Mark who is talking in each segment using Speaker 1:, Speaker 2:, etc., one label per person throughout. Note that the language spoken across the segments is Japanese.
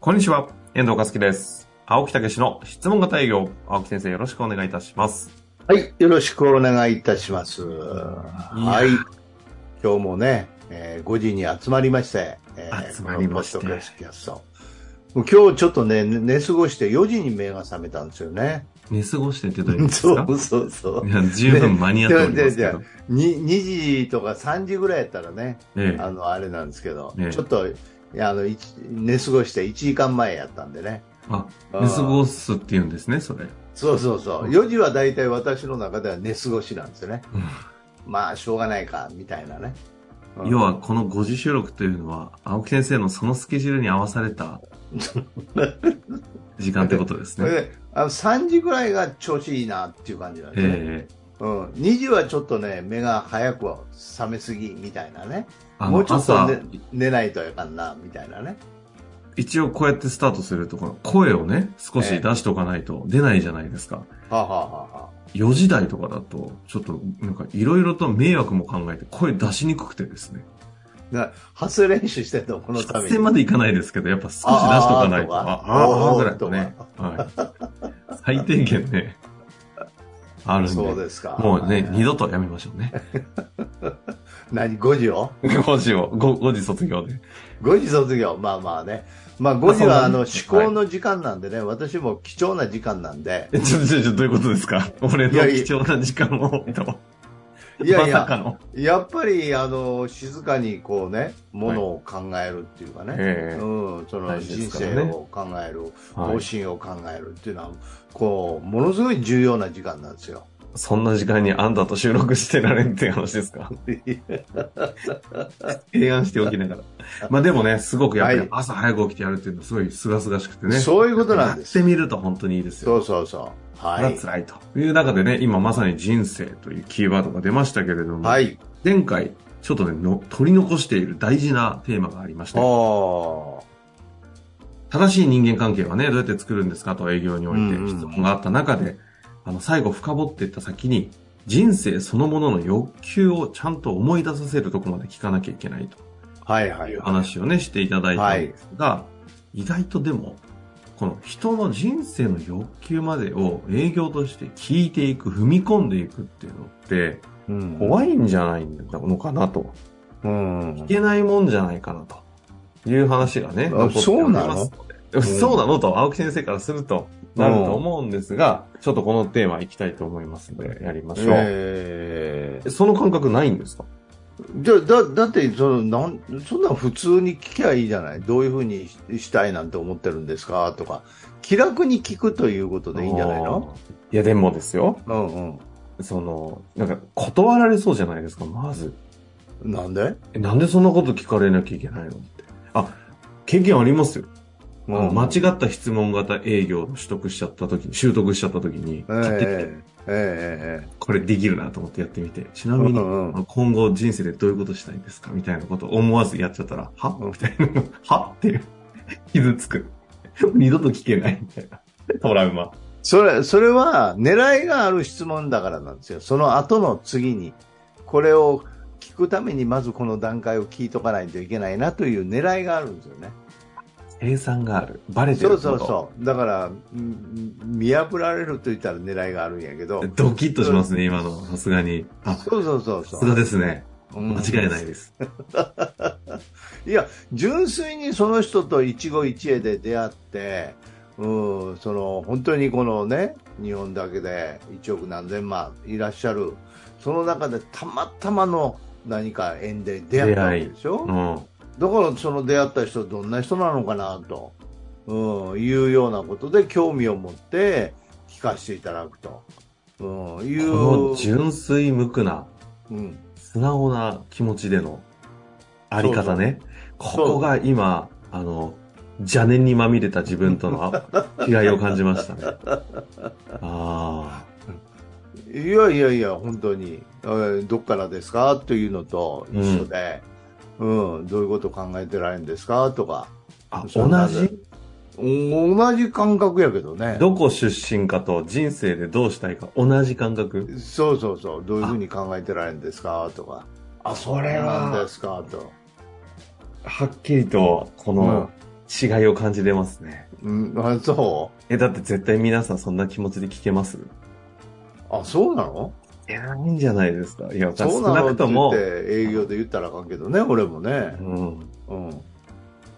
Speaker 1: こんにちは、遠藤和樹です。青木武の質問型営業、青木先生よろしくお願いいたします。
Speaker 2: はい、よろしくお願いいたします。はい、今日もね、えー5時に集まりまして、え
Speaker 1: 集まりまして
Speaker 2: このポッドキャストもう今日ちょっとね、寝過ごして4時に目が覚めたんですよね。
Speaker 1: 寝過ごしてってどういうことです
Speaker 2: そ
Speaker 1: か
Speaker 2: うそうそう。
Speaker 1: いや十分間に合っておりますけど。
Speaker 2: に2時とか3時ぐらいやったらね、
Speaker 1: ええ
Speaker 2: あの、あれなんですけど、
Speaker 1: ええ
Speaker 2: ちょっと、いやあの、いち寝過ごして1時間前やったんでね。
Speaker 1: あ、
Speaker 2: うん
Speaker 1: 寝過ごすって言うんですね、それ。
Speaker 2: そうそうそう。4時は大体私の中では寝過ごしなんですよね。まあ、しょうがないか、みたいなね。うん
Speaker 1: 要は、この5時収録というのは、青木先生のそのスケジュールに合わされ た時間ってことです
Speaker 2: それ
Speaker 1: ね。
Speaker 2: であの3時ぐらいが調子いいなっていう感じなんですね、
Speaker 1: ええ
Speaker 2: うん、2時はちょっとね目が早くは覚めすぎみたいなね
Speaker 1: あ
Speaker 2: もう
Speaker 1: の
Speaker 2: ちょっと
Speaker 1: 朝
Speaker 2: 寝、寝ないとやかんなみたいなね
Speaker 1: 一応こうやってスタートすると、この声をね、少し出しとかないと出ないじゃないですか。
Speaker 2: はあ、はあはあは
Speaker 1: 4時台とかだと、ちょっと、なんか、いろいろと迷惑も考えて、声出しにくくてですね。
Speaker 2: あ、な発声練習してるのこのた
Speaker 1: 発
Speaker 2: め
Speaker 1: 声
Speaker 2: に
Speaker 1: までいかないですけど、やっぱ少し出しとかないと。
Speaker 2: ああ
Speaker 1: ああ、あ
Speaker 2: あ
Speaker 1: あ、
Speaker 2: あ
Speaker 1: ぐらいとね。はい。最低限ね、あるん
Speaker 2: そう
Speaker 1: で。
Speaker 2: ですか
Speaker 1: もうね、二
Speaker 2: 度
Speaker 1: 度とやめましょうね。
Speaker 2: 何5時を
Speaker 1: 5時を、5, 時卒業で。
Speaker 2: 5時卒業まあまあねまあ5時
Speaker 1: あ
Speaker 2: はあ
Speaker 1: そうな
Speaker 2: の
Speaker 1: ん
Speaker 2: 思
Speaker 1: です
Speaker 2: 考の時間なんでね、私も貴重な時間なんで
Speaker 1: え、ちょ、ちょ、ちょ、どういうことですか俺の
Speaker 2: いやいや
Speaker 1: 貴重な時間を、と。
Speaker 2: いやい
Speaker 1: まさか
Speaker 2: や
Speaker 1: の。
Speaker 2: やっぱりあの静かにこうねものを考えるっていうかね、
Speaker 1: ええ
Speaker 2: うん、その
Speaker 1: 大事で
Speaker 2: 人
Speaker 1: すから
Speaker 2: 生
Speaker 1: ね
Speaker 2: を考える、
Speaker 1: は
Speaker 2: 方
Speaker 1: い。
Speaker 2: 針を考えるっていうのは、こう、ものすごい重要な時間なんですよ。
Speaker 1: そんな時間にあんたと収録してられんっていう話ですか提案しておきながら。まあでもね、すごくやっぱ
Speaker 2: は
Speaker 1: り
Speaker 2: い
Speaker 1: 朝早く起きてやるっていうのはすごい清々しくてね。
Speaker 2: そういうことなんで
Speaker 1: や
Speaker 2: す
Speaker 1: っ。てみると本当にいいですよ。
Speaker 2: そうそうそう。は
Speaker 1: が
Speaker 2: い。
Speaker 1: 辛いという中でね、今まさに人生というキーワードが出ましたけれども、
Speaker 2: はい。
Speaker 1: 前回ちょっとねの、取り残している大事なテーマがありまして、
Speaker 2: おー
Speaker 1: 正しい人間関係はね、どうやって作るんですかと営業において
Speaker 2: うんうん
Speaker 1: 質問があった中で、あの、最後深掘っていった先に、人生そのものの欲求をちゃんと思い出させるとこまで聞かなきゃいけない
Speaker 2: はい
Speaker 1: と
Speaker 2: はいいうはい。
Speaker 1: 話をね、していただいたんですが、意外とでも、この人の人生の欲求までを営業として聞いていく、踏み込んでいくっていうのって、
Speaker 2: うん
Speaker 1: 怖いんじゃないのかなと。
Speaker 2: うん
Speaker 1: い。けないもんじゃないかなという話がね、残っておりますので
Speaker 2: うん
Speaker 1: そうなのと、青木先生からすると、なると思うんですが、ちょっとこのテーマいきたいと思いますので、やりましょう。
Speaker 2: えー
Speaker 1: その感覚ないんですか
Speaker 2: じゃあだだってそのなんそんなん普通に聞きゃいいじゃないどういうふうにししたいなんて思ってるんですかとか気楽に聞くということでいいんじゃないの
Speaker 1: いや、でもですよ。
Speaker 2: うん
Speaker 1: その、なんか断られそうじゃないですか、まず。
Speaker 2: うんなんで、
Speaker 1: えなんでそんなこと聞かれなきゃいけないのって。あ、経験ありますよ。あの間違った質問型営業を取得しちゃった時に、習得しちゃった時に、
Speaker 2: ええ
Speaker 1: 買ってきて
Speaker 2: えええ
Speaker 1: これできるなと思ってやってみて、ちな
Speaker 2: え
Speaker 1: みに、
Speaker 2: うんうん
Speaker 1: 今後人生でどういうことしたいんですかみたいなことを思わずやっちゃったら、はみたいな。 はっていう。傷つく。 二度と聞けないみたいな。トラウマ。
Speaker 2: それ、それは狙いがある質問だからなんですよ。その後の次に、これを聞くためにまずこの段階を聞いとかないといけないなという狙いがあるんですよね。
Speaker 1: 計算がある。バレて
Speaker 2: そ
Speaker 1: る
Speaker 2: うそうそう。だから、うん見破られると言ったら狙いがあるんやけど
Speaker 1: う。ドキッとしますね、今の。さすがに。あ、さ
Speaker 2: そうそうそうそ
Speaker 1: すが
Speaker 2: う。
Speaker 1: ですね。
Speaker 2: うん
Speaker 1: 間違いないです。
Speaker 2: いや、純粋にその人と一期一会で出会って、うん、その本当にこのね、日本だけで1億何千万いらっしゃる、その中でたまたまの何か縁で出会ったわけでしょ、
Speaker 1: うん。
Speaker 2: だからその出会った人、どんな人なのかなと、うん、いうようなことで興味を持って聞かせていただくと、うん、い
Speaker 1: こ
Speaker 2: う、
Speaker 1: の純粋無垢な、
Speaker 2: うん、
Speaker 1: 素直な気持ちでのあり方ね。
Speaker 2: う
Speaker 1: ここが今、あの、邪念にまみれた自分と の違いを感じましたね。あ
Speaker 2: いやいやいや、本当に、えーどっからですかというのと一緒で、うんどういうこと考えてられるんですかとか、
Speaker 1: ーあ。
Speaker 2: そうな
Speaker 1: 同
Speaker 2: んだ
Speaker 1: じ
Speaker 2: お同じ感覚やけどね、
Speaker 1: どこ出身かと人生でどうしたいか同じ感覚。
Speaker 2: そうそうそう、どういうふうに考えてられるんですかとか、
Speaker 1: あ、
Speaker 2: なんですかと、
Speaker 1: はっきりと、この、違いを感じれますね。
Speaker 2: うん、あ、そ
Speaker 1: え、だって絶対皆さんそんな気持ちで聞けます
Speaker 2: うあ、そうなの
Speaker 1: いや、ないんじゃないですか。いや、
Speaker 2: そ
Speaker 1: 少
Speaker 2: うな
Speaker 1: な
Speaker 2: のっ
Speaker 1: く
Speaker 2: て
Speaker 1: と
Speaker 2: 言っ
Speaker 1: も
Speaker 2: て、営業で言ったらあかんけどね、俺もね。
Speaker 1: うん。
Speaker 2: うん。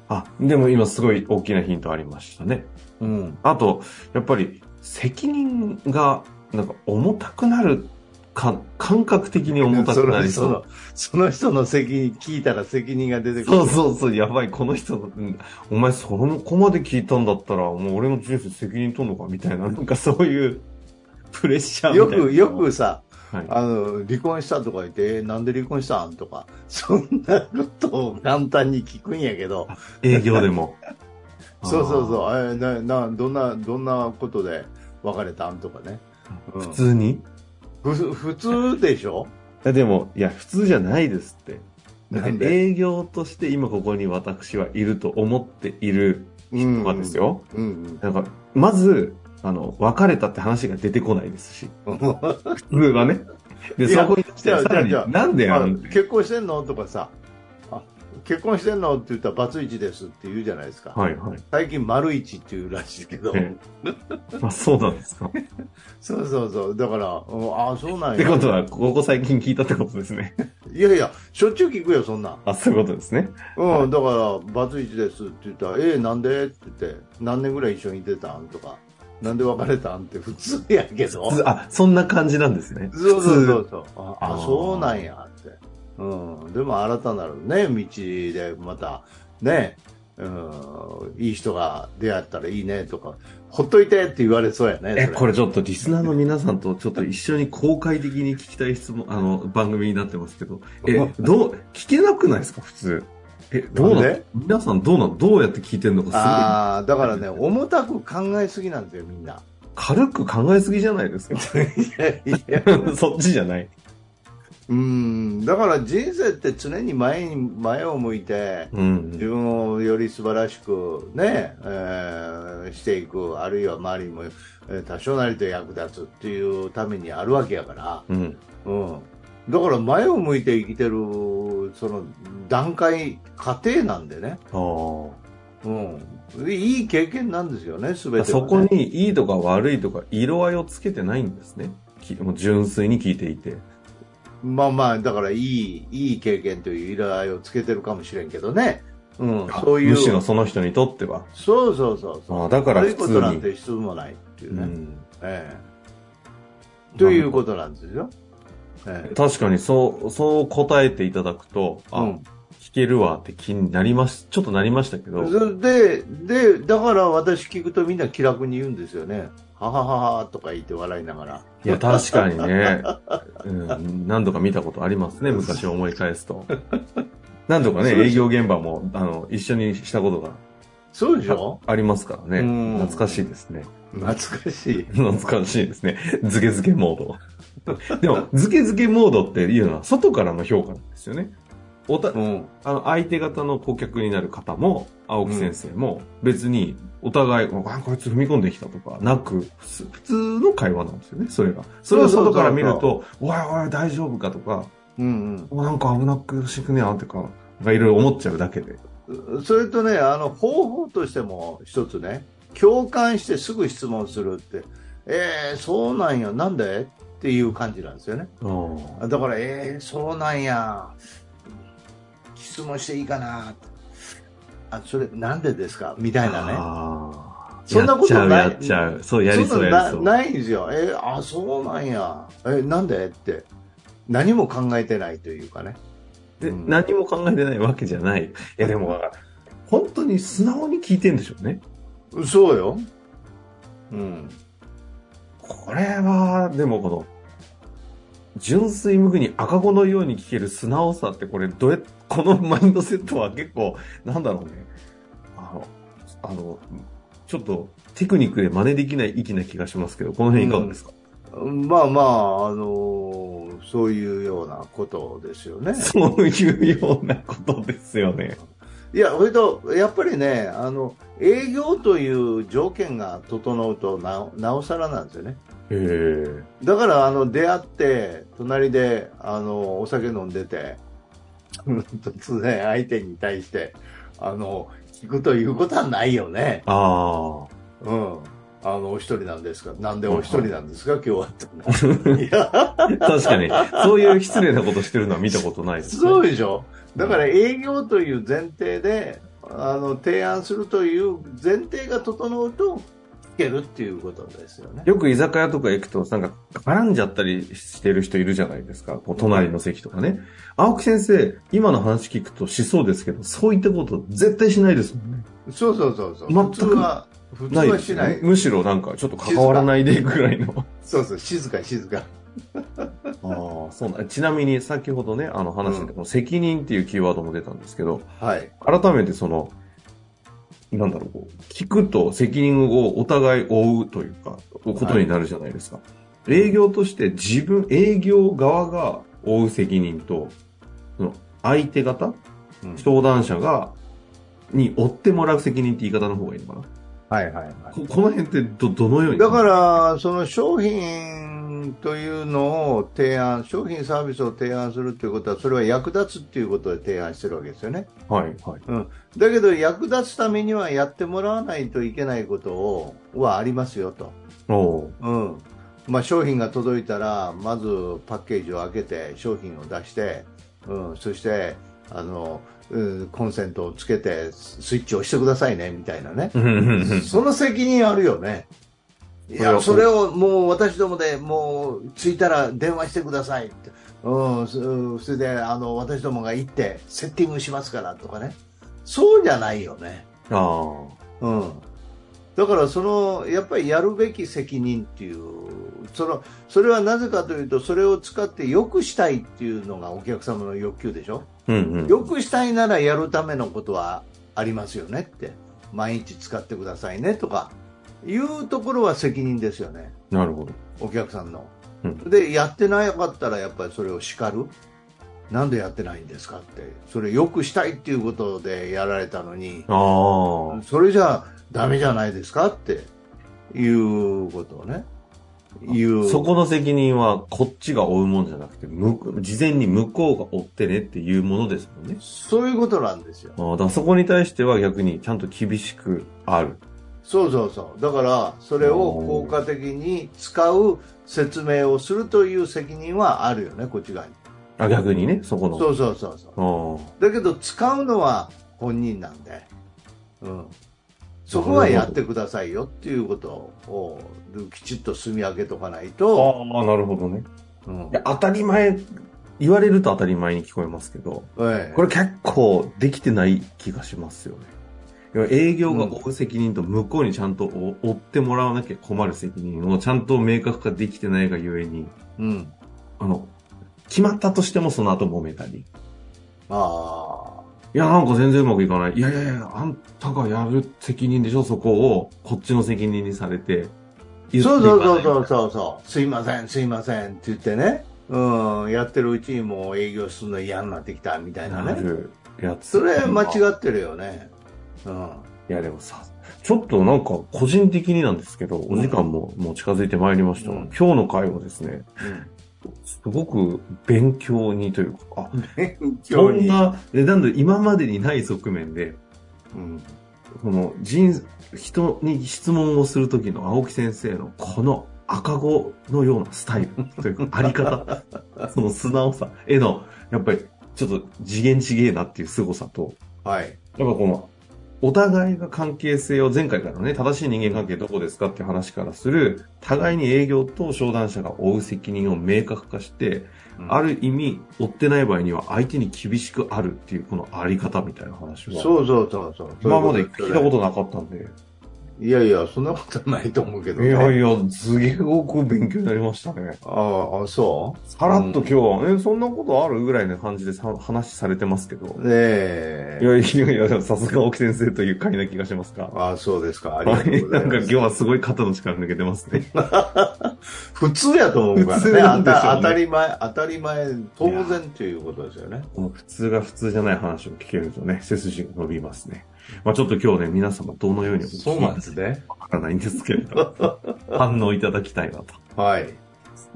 Speaker 1: あ、でも今すごい大きなヒントありましたね。
Speaker 2: うん。
Speaker 1: あと、やっぱり、責任が、なんか重たくなるか、感覚的に重たくなりそ
Speaker 2: そうの。その人の責任、聞いたら責任が出てくる。
Speaker 1: そうそうそう、やばい、この人の、うんお前そこまで聞いたんだったら、もう俺の人生責任取るのかみたいな、なんかそういうプレッシャーみ
Speaker 2: よ
Speaker 1: たいな。
Speaker 2: く、よくさ、
Speaker 1: はい、
Speaker 2: あの、離婚したとか言って、えーなんで離婚したんとか、 そんなことを簡単に聞くんやけど、。
Speaker 1: 営業でも
Speaker 2: そうそう
Speaker 1: う。
Speaker 2: そう、えーな、な、どんな、どんなことで別れたんとかね。うん
Speaker 1: 普通に
Speaker 2: ふ普通でしょ
Speaker 1: いやでも、いや、普通じゃないですって。だっ
Speaker 2: なん
Speaker 1: て
Speaker 2: で
Speaker 1: 営業として今ここに私はいると思っている人がです。よ。
Speaker 2: うんうん。
Speaker 1: なんか、まず、あの、別れたって話が出てこないですし。普通はね。で、
Speaker 2: いや
Speaker 1: そこに来て
Speaker 2: じゃあ
Speaker 1: さら
Speaker 2: じゃあじゃあ
Speaker 1: に、なんで
Speaker 2: あ
Speaker 1: あ
Speaker 2: の
Speaker 1: ん
Speaker 2: 結婚してんのとかさあ結婚してんのって言ったらバツイチですって言うじゃないですか、
Speaker 1: はいはい。
Speaker 2: 最近丸一っていうらしいけど、
Speaker 1: ええあ、そうなんですか。っ
Speaker 2: そうそうそうだからうんああそうなんや
Speaker 1: てことは、ここ最近聞いたってことですね。
Speaker 2: いやいやしょっちゅう聞くよそんなん
Speaker 1: あ、そういうことですね。
Speaker 2: うんだからバツイチですって言ったら「えなんで?」って言って「何年ぐらい一緒にいてたん?」とか「なんで別れたん?」って 普通やけど
Speaker 1: 普通あ、そんな感じなんですね。
Speaker 2: そうそうそ
Speaker 1: 普通
Speaker 2: うそうああそうなんやって、うん、でも新たなるね道でまたね、うん、いい人が出会ったらいいねとかほっといてって言われそうやね
Speaker 1: え、
Speaker 2: そ
Speaker 1: これちょっとリスナーの皆さんとちょっと一緒に公開的に聞きたい質問、あの、番組になってますけど、え、どう、聞けなくないですか、普通。え、どう
Speaker 2: な
Speaker 1: なんん
Speaker 2: で
Speaker 1: 皆さんどうなんどうやって聞いてんのか
Speaker 2: ああだからね重たく考えすぎなんですよみんな
Speaker 1: すごい、軽く考えすぎじゃない ですか。
Speaker 2: いやいや
Speaker 1: そっちじゃない。
Speaker 2: うんだから人生って常に前に前を向いて
Speaker 1: う
Speaker 2: 自
Speaker 1: ん。
Speaker 2: 分をより素晴らしくね、えーしていくあるいは周りにもえー多少なりと役立つっていうためにあるわけやから、
Speaker 1: うん。
Speaker 2: うん、だから前を向いて生きてるその段階過程なんでね、
Speaker 1: あー
Speaker 2: うん、いい経験なんですよね全てはね
Speaker 1: そこにいいとか悪いとか色合いをつけてないんですね。きもう純粋に聞いていて。
Speaker 2: まあまあだからいいいい経験という色合いをつけてるかもしれんけどね、うん、そういう
Speaker 1: むしろその人にとっては。
Speaker 2: そうそうそうそう
Speaker 1: あーだから
Speaker 2: 悪い
Speaker 1: 普
Speaker 2: こ
Speaker 1: 通
Speaker 2: となん
Speaker 1: に。
Speaker 2: て一つもないっていうね、
Speaker 1: うん
Speaker 2: ええ、ということなんですよ。え
Speaker 1: 確かにそう、そう答えていただくと、
Speaker 2: え
Speaker 1: あ、聞けるわって気になります、ちょっとなりましたけ
Speaker 2: う
Speaker 1: ど、
Speaker 2: ん、ででだから私聞くとみんな気楽に言うんですよね。ははははとか言って笑いながら。
Speaker 1: いや、確かにね、うん、何度か見たことありますね、昔を思い返すと。何度かね、
Speaker 2: そうで
Speaker 1: 営
Speaker 2: し
Speaker 1: 業現場も、あの、一緒にしたこと
Speaker 2: そうでし
Speaker 1: が
Speaker 2: ょ
Speaker 1: ありますから
Speaker 2: うん
Speaker 1: ね、懐かしいですね。
Speaker 2: 懐かしい。
Speaker 1: 懐かしいですね。ズケズケモード。でも、ズケズケモードっていうのは、外からの評価なんですよね。おた
Speaker 2: うん、
Speaker 1: あの、相手方の顧客になる方も、青木先生も、別に、お互い、あ、こいつ踏み込んできたとか、なく、普通普通の会話なんですよね、それが。それを
Speaker 2: そうそうそう
Speaker 1: 外から見ると、おいおい、大丈夫かとか、
Speaker 2: うん
Speaker 1: おなんか危なくしくねえなとか、なんかいろいろ思っちゃうだけで。
Speaker 2: うん、それとねあの方法としても一つね共感してすぐ質問するって「えー、そうなんやなんで?」っていう感じなんですよね。
Speaker 1: あ
Speaker 2: だから、えー、そうなんや。質問していいかな。あ、それ、なんでですかみたいなね。
Speaker 1: あー
Speaker 2: そんなことない
Speaker 1: やっちゃう、やっちゃう。そう、やりそう、
Speaker 2: ん
Speaker 1: や
Speaker 2: な
Speaker 1: りそう。
Speaker 2: ないんですよ。えー、あ、そうなんや。えなんでって。何も考えてないというかね。
Speaker 1: で
Speaker 2: うん
Speaker 1: 何も考えてないわけじゃない。いや、でも、本当に素直に聞いてんでしょうね。
Speaker 2: そうよ。うん。
Speaker 1: これは、でもこの、純粋無垢に赤子のように聞ける素直さってこれ、どうやこのマインドセットは結構、なんだろうね。あの、あの、ちょっとテクニックで真似できない粋な気がしますけど、この辺いかがですか、
Speaker 2: まあまあ、あのーそういうようなことですよね。
Speaker 1: そういうようなことですよね。
Speaker 2: いや、それと、やっぱりね、あの、営業という条件が整うとなお、なおさらなんですよね。
Speaker 1: へえ。
Speaker 2: だからあの出会って隣であのお酒飲んでて 突然相手に対して、あの、聞くということはないよね。
Speaker 1: あ
Speaker 2: うん。あの、お一人なんですかなんでお一人なんですか今日はって。いや、
Speaker 1: あ。確かに、そういう失礼なことしてるのは見たことないです、ね。
Speaker 2: そうでしょだから営業という前提で、あの、提案するという前提が整うと、聞けるっていうことですよね。
Speaker 1: よく居酒屋とか行くと、なんか、絡んじゃったりしてる人いるじゃないですか。こう隣の席とかね。青木先生、今の話聞くとしそうですけど、そういったこと絶対しないですもんね。
Speaker 2: そうそうそうそう。
Speaker 1: 全く
Speaker 2: 普通は、普通はしない。
Speaker 1: ですよねむしろなんか、ちょっと関わらないでいくぐらいの。
Speaker 2: そうそう、静か静か。
Speaker 1: あ あ、そうな。ちなみに先ほどね、あの話で、この責任っていうキーワードも出たんですけど、
Speaker 2: はい。
Speaker 1: 改めてその、なんだろう、こう聞くと責任をお互い負うというか、ことになるじゃないですか。営業として自分、営業側が負う責任と、その相手方、
Speaker 2: うん
Speaker 1: 商談者が、に負ってもらう責任って言い方の方がいいのか
Speaker 2: はいはいはい
Speaker 1: な。ここの辺ってど、どのように
Speaker 2: だから、その商品というのを提案、商品サービスを提案するということは、それは役立つということで提案してるわけですよね。
Speaker 1: ら、はい、はい。
Speaker 2: だけど、役立つためにはやってもらわないといけないことをはありますよと。
Speaker 1: おう
Speaker 2: うん。まあ、商品が届いたら、まずパッケージを開けて、商品を出して、うん、そして、あの、うんコンセントをつけて、スイッチを押してくださいね、みたいなね。
Speaker 1: うんうんうん
Speaker 2: その責任あるよね。い
Speaker 1: いや
Speaker 2: や、それをもう私どもでもう着いたら電話してくださいって。うん、そそれであの私どもが行ってセッティングしますからとかね。そうじゃないよね。
Speaker 1: あ
Speaker 2: うん。だからその、やっぱりやるべき責任っていう、その、それはなぜかというと、それを使って良くしたいっていうのがお客様の欲求でしょ。
Speaker 1: あ。うんうん。
Speaker 2: よくしたいならやるためのことはありますよねって毎日使ってくださいねとかいうところは責任ですよね
Speaker 1: なるほど。
Speaker 2: お客さんの、
Speaker 1: うん
Speaker 2: でやってなかったらやっぱりそれを叱るなんでやってないんですかってそれよくしたいっていうことでやられたのに
Speaker 1: あ
Speaker 2: それじゃダメじゃないですかっていうことをねいう
Speaker 1: あ。そこの責任はこっちが負うもんじゃなくて、む事前に向こうが負ってねっていうものですもんね。
Speaker 2: そういうことなんですよ
Speaker 1: ああだからそこに対しては逆にちゃんと厳しくある。
Speaker 2: そうそうそう。だから、それを効果的に使う説明をするという責任はあるよね、こっち側に。
Speaker 1: あ逆にね、そこの。
Speaker 2: そうそうそうそ
Speaker 1: あ
Speaker 2: う。だけど、使うのは本人なんで、うん。そこはやってくださいよっていうことをきちっと住み分けとかないと、
Speaker 1: あああ、なるほどね。
Speaker 2: うん
Speaker 1: いや当たり前、言われると当たり前に聞こえますけど、
Speaker 2: ええ
Speaker 1: これ結構できてない気がしますよね。要は営業が負う責任と向こうにちゃんとお負ってもらわなきゃ困る責任をちゃんと明確化できてないがゆえに、
Speaker 2: うん。
Speaker 1: あの、決まったとしてもその後揉めたり。
Speaker 2: あ
Speaker 1: いや、なんか全然うまくいかない。いやいやいや、あんたがやる責任でしょ、そこを、こっちの責任にされて。。
Speaker 2: あ。そうそうそうそううそうそう。すいません、すいませんって言ってね、うん、やってるうちにもう営業するの嫌になってきたみたいな
Speaker 1: な
Speaker 2: ね。
Speaker 1: るやつ。
Speaker 2: それ間違
Speaker 1: い
Speaker 2: ってるよね。うん。
Speaker 1: や、でもさ、ちょっとなんか個人的になんですけど、
Speaker 2: ん
Speaker 1: お時間ももう近づいてまいりました。
Speaker 2: うん
Speaker 1: 今日の会はですね、すごく勉強にというか、あ、
Speaker 2: うん。
Speaker 1: そんな、えなんだろう今までにない側面で、
Speaker 2: うん。
Speaker 1: この人、人に質問をするときの青木先生のこの赤子のようなスタイルというか、あり方、その素直さへの、やっぱりちょっと次元ちげえなっていう凄さと、
Speaker 2: はい。
Speaker 1: やっぱこの、お互いが関係性を前回からのね、正しい人間関係どこですかっていう話からする、互いに営業と商談者が負う責任を明確化して、あ
Speaker 2: る
Speaker 1: る意味、負ってない場合には相手に厳しくあるっていうこのあり方みたいな話は、
Speaker 2: そうそうそうそう。。
Speaker 1: 今まで聞いたこととなかったんで、
Speaker 2: いやいや、そんなことないと思うけど、
Speaker 1: い
Speaker 2: ね。
Speaker 1: やいや、すげえ多く勉強になりましたね。
Speaker 2: ああ、そ
Speaker 1: さらっと今日は、え、そんなことあるぐらいの感じでさ話されてますけど
Speaker 2: う。。ねえ
Speaker 1: いやいやいや、でもさすが青木先生という回な気がしますか。
Speaker 2: ああ、そうですか。あり
Speaker 1: は
Speaker 2: がとう
Speaker 1: い。
Speaker 2: ご
Speaker 1: な
Speaker 2: ざい
Speaker 1: んか今
Speaker 2: ます。
Speaker 1: 日はすごい肩の力抜けてますね。
Speaker 2: 普通やと思うからね
Speaker 1: 普通なんでしょうね
Speaker 2: あた当たり前、当たり前、当然ということですよね。
Speaker 1: この普通が普通じゃない話を聞けるとね、背筋が伸びますね。まあちょっと今日ね、皆様どのようにお聞き
Speaker 2: そうなんですね。
Speaker 1: わからないんですけれど、反応いただきたいなと。
Speaker 2: はい。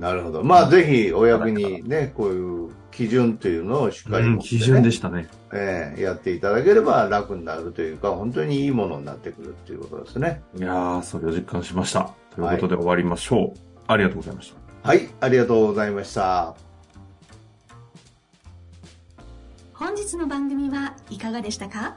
Speaker 2: なるほど。まあ、ぜひお役にね、こういう基準というのをしっかり
Speaker 1: うん、
Speaker 2: 持って
Speaker 1: 基
Speaker 2: ね、
Speaker 1: 準でしたね。
Speaker 2: ええやっていただければ楽になるというか、本当にいいものになってくるっていうことですね。
Speaker 1: いやー、それを実感しました。ということで終わりましょう。ありがとうございました。
Speaker 2: はい、ありがとうございました。
Speaker 3: 本日の番組はいかがでしたか